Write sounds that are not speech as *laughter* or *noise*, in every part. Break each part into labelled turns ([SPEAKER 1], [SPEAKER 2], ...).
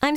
[SPEAKER 1] I'm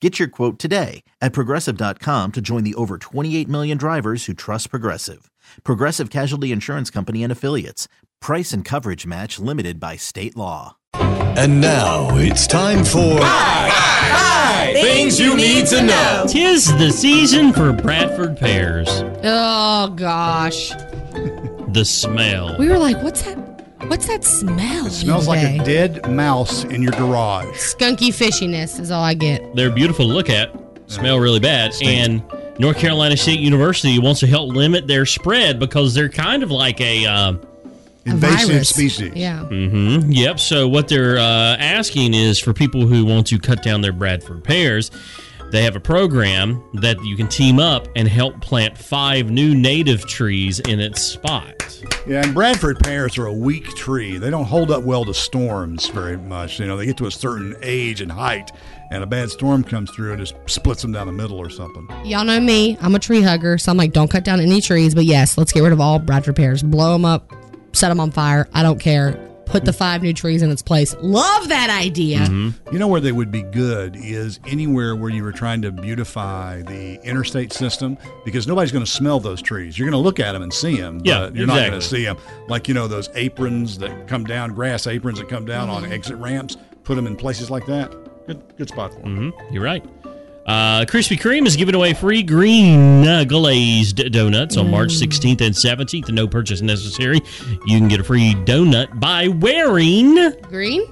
[SPEAKER 2] Get your quote today at progressive.com to join the over 28 million drivers who trust Progressive. Progressive Casualty Insurance Company and Affiliates. Price and coverage match limited by state law.
[SPEAKER 3] And now it's time for things you need to know.
[SPEAKER 4] Tis the season for Bradford pears.
[SPEAKER 5] Oh gosh,
[SPEAKER 4] The smell.
[SPEAKER 5] we were like, what's that? What's that smell?
[SPEAKER 6] It smells like a dead mouse in your garage.
[SPEAKER 5] skunky fishiness is all I get.
[SPEAKER 4] They're beautiful to look at, smell really bad. And North Carolina State University wants to help limit their spread because they're kind of like a. Uh,
[SPEAKER 5] A
[SPEAKER 6] Invasive
[SPEAKER 5] virus.
[SPEAKER 6] species.
[SPEAKER 5] Yeah.
[SPEAKER 4] Mm-hmm. Yep. So what they're uh, asking is for people who want to cut down their Bradford pears, they have a program that you can team up and help plant five new native trees in its spot.
[SPEAKER 6] Yeah, and Bradford pears are a weak tree. They don't hold up well to storms very much. You know, they get to a certain age and height, and a bad storm comes through and just splits them down the middle or something.
[SPEAKER 5] Y'all know me. I'm a tree hugger, so I'm like, don't cut down any trees. But yes, let's get rid of all Bradford pears. Blow them up, set them on fire. I don't care. Put the five new trees in its place. Love that idea.
[SPEAKER 6] You know where they would be good is anywhere where you were trying to beautify the interstate system because nobody's going to smell those trees. You're going to look at them and see them,
[SPEAKER 4] Yeah,
[SPEAKER 6] but you're not going
[SPEAKER 4] exactly.
[SPEAKER 6] to see them. Like, you know, those aprons that come down, grass aprons that come down
[SPEAKER 5] Mm-hmm.
[SPEAKER 6] on exit ramps, put them in places like that. Good, good spot for 'em.
[SPEAKER 4] hmm You're right. Uh, Krispy Kreme is giving away free green uh, glazed donuts on
[SPEAKER 5] Mm.
[SPEAKER 4] March 16th and 17th. No purchase necessary. You can get a free donut by wearing
[SPEAKER 5] Green?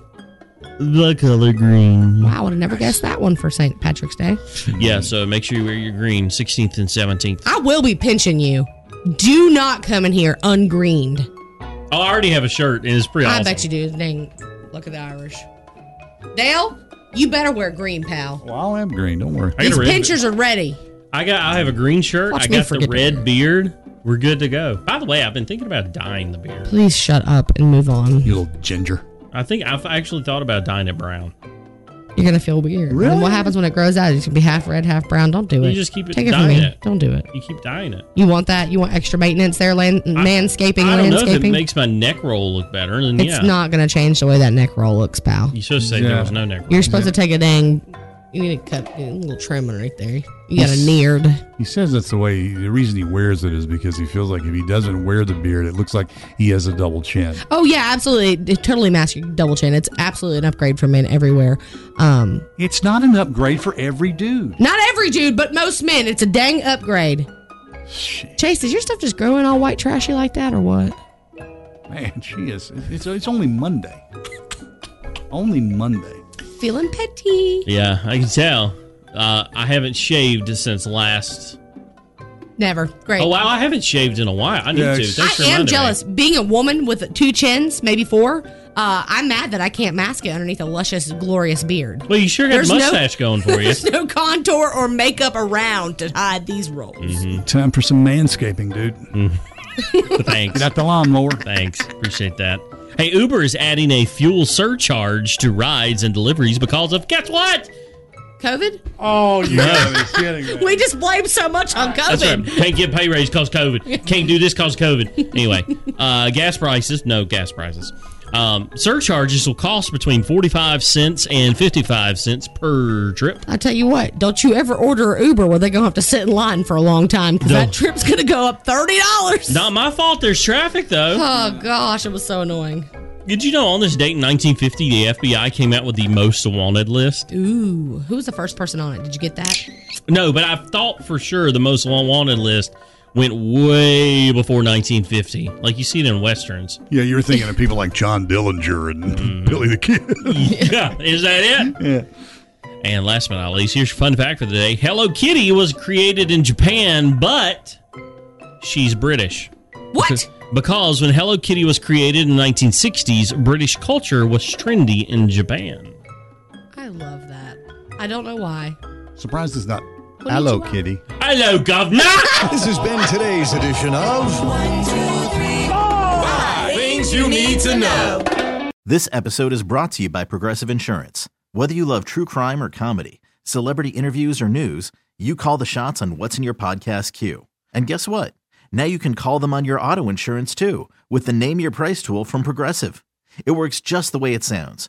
[SPEAKER 4] the color green.
[SPEAKER 5] Wow, I would have never guessed that one for St. Patrick's Day.
[SPEAKER 4] Yeah, so make sure you wear your green 16th and 17th.
[SPEAKER 5] I will be pinching you. Do not come in here ungreened.
[SPEAKER 4] Oh, I already have a shirt, and it's pretty
[SPEAKER 5] I
[SPEAKER 4] awesome.
[SPEAKER 5] bet you do. Dang, look at the Irish. Dale, you better wear green, pal.
[SPEAKER 6] Well, I'll have green. Don't worry.
[SPEAKER 4] I got,
[SPEAKER 5] These
[SPEAKER 4] a red,
[SPEAKER 5] pictures are ready.
[SPEAKER 4] I got. I have a green shirt.
[SPEAKER 5] Watch
[SPEAKER 4] I
[SPEAKER 5] me
[SPEAKER 4] got the
[SPEAKER 5] forget to
[SPEAKER 4] red
[SPEAKER 5] wear it.
[SPEAKER 4] beard. We're good to go. By the way, I've been thinking about dyeing the beard.
[SPEAKER 5] Please shut up and move on.
[SPEAKER 6] You little ginger.
[SPEAKER 4] I think I've actually thought about dyeing it brown.
[SPEAKER 5] You're gonna feel weird.
[SPEAKER 6] Really?
[SPEAKER 5] And what happens when it grows out? It's gonna be half red, half brown. Don't do
[SPEAKER 4] You
[SPEAKER 5] it.
[SPEAKER 4] just keep it
[SPEAKER 5] Take it from
[SPEAKER 4] dyed
[SPEAKER 5] me.
[SPEAKER 4] it.
[SPEAKER 5] Don't do it.
[SPEAKER 4] You keep dyeing it.
[SPEAKER 5] You want that? You want extra maintenance there? Land- manscaping,
[SPEAKER 4] I don't know if
[SPEAKER 5] landscaping.
[SPEAKER 4] it makes my neck roll look better. Then
[SPEAKER 5] it's
[SPEAKER 4] yeah,
[SPEAKER 5] not gonna change the way that neck roll looks, pal.
[SPEAKER 4] You should say there
[SPEAKER 6] Yeah.
[SPEAKER 4] was no neck roll.
[SPEAKER 5] You're supposed to take a dang. You need to cut a little trimming right there. You got a neared.
[SPEAKER 6] He says that's the way. The reason he wears it is because he feels like if he doesn't wear the beard, it looks like he has a double chin.
[SPEAKER 5] Oh yeah, absolutely. It totally masks your double chin. It's absolutely an upgrade from men everywhere. Um,
[SPEAKER 6] It's not an upgrade for every dude.
[SPEAKER 5] not every dude, but most men. It's a dang upgrade. Chase, is your stuff just growing all white trashy like that, or what?
[SPEAKER 6] Man, she is. It's, it's only Monday. Only Monday.
[SPEAKER 5] Feeling petty.
[SPEAKER 4] Yeah, I can tell. Uh, I haven't shaved since last.
[SPEAKER 5] Never. Great.
[SPEAKER 4] Oh wow, I haven't shaved in a while. I need
[SPEAKER 6] Yeah,
[SPEAKER 4] to.
[SPEAKER 6] it's-
[SPEAKER 4] Thanks for
[SPEAKER 5] I am
[SPEAKER 4] reminding me.
[SPEAKER 5] jealous. Being a woman with two chins, maybe four, uh, I'm mad that I can't mask it underneath a luscious, glorious beard.
[SPEAKER 4] Well, you sure got
[SPEAKER 5] There's
[SPEAKER 4] a
[SPEAKER 5] no-
[SPEAKER 4] mustache going for you.
[SPEAKER 5] *laughs* There's no contour or makeup around to hide these rolls.
[SPEAKER 4] Mm-hmm.
[SPEAKER 6] Time for some manscaping, dude.
[SPEAKER 5] *laughs*
[SPEAKER 4] Thanks.
[SPEAKER 6] Got the lawnmower.
[SPEAKER 4] Thanks. Appreciate that. Hey, Uber is adding a fuel surcharge to rides and deliveries because of guess what?
[SPEAKER 5] COVID?
[SPEAKER 6] Oh, you gotta be kidding me.
[SPEAKER 5] We just blame so much on COVID.
[SPEAKER 4] That's right. Can't get pay raise cause COVID. Can't do this cause COVID. Anyway, uh, gas prices. No gas prices. Um, surcharges will cost between forty-five cents and fifty-five cents per trip.
[SPEAKER 5] I tell you what, don't you ever order Uber where they're going to have to sit in line for a long time because
[SPEAKER 4] No.
[SPEAKER 5] that trip's going to go up $30.
[SPEAKER 4] Not my fault. There's traffic though.
[SPEAKER 5] Oh, gosh, it was so annoying.
[SPEAKER 4] Did you know on this date in 1950 the FBI came out with the most wanted list?
[SPEAKER 5] Ooh, who was the first person on it? Did you get that?
[SPEAKER 4] No, but I thought for sure the most wanted list went way before 1950. Like you see it in westerns.
[SPEAKER 6] Yeah, you were thinking of people like John Dillinger and Billy the Kid. *laughs*
[SPEAKER 4] *laughs* Yeah, is that it?
[SPEAKER 6] yeah.
[SPEAKER 4] And last but not least, here's your fun fact for the day: Hello Kitty was created in Japan, but she's British.
[SPEAKER 5] What?
[SPEAKER 4] Because when Hello Kitty was created in the 1960s, British culture was trendy in Japan.
[SPEAKER 5] *laughs* I love that. I don't know why.
[SPEAKER 6] Surprised it's not
[SPEAKER 5] did
[SPEAKER 6] Hello
[SPEAKER 5] you want?
[SPEAKER 6] Kitty.
[SPEAKER 4] Hello, governor.
[SPEAKER 3] This has been today's edition of Things You Need to Know.
[SPEAKER 2] This episode is brought to you by Progressive Insurance. Whether you love true crime or comedy, celebrity interviews or news, you call the shots on what's in your podcast queue. And guess what? Now you can call them on your auto insurance too with the Name Your Price tool from Progressive. It works just the way it sounds.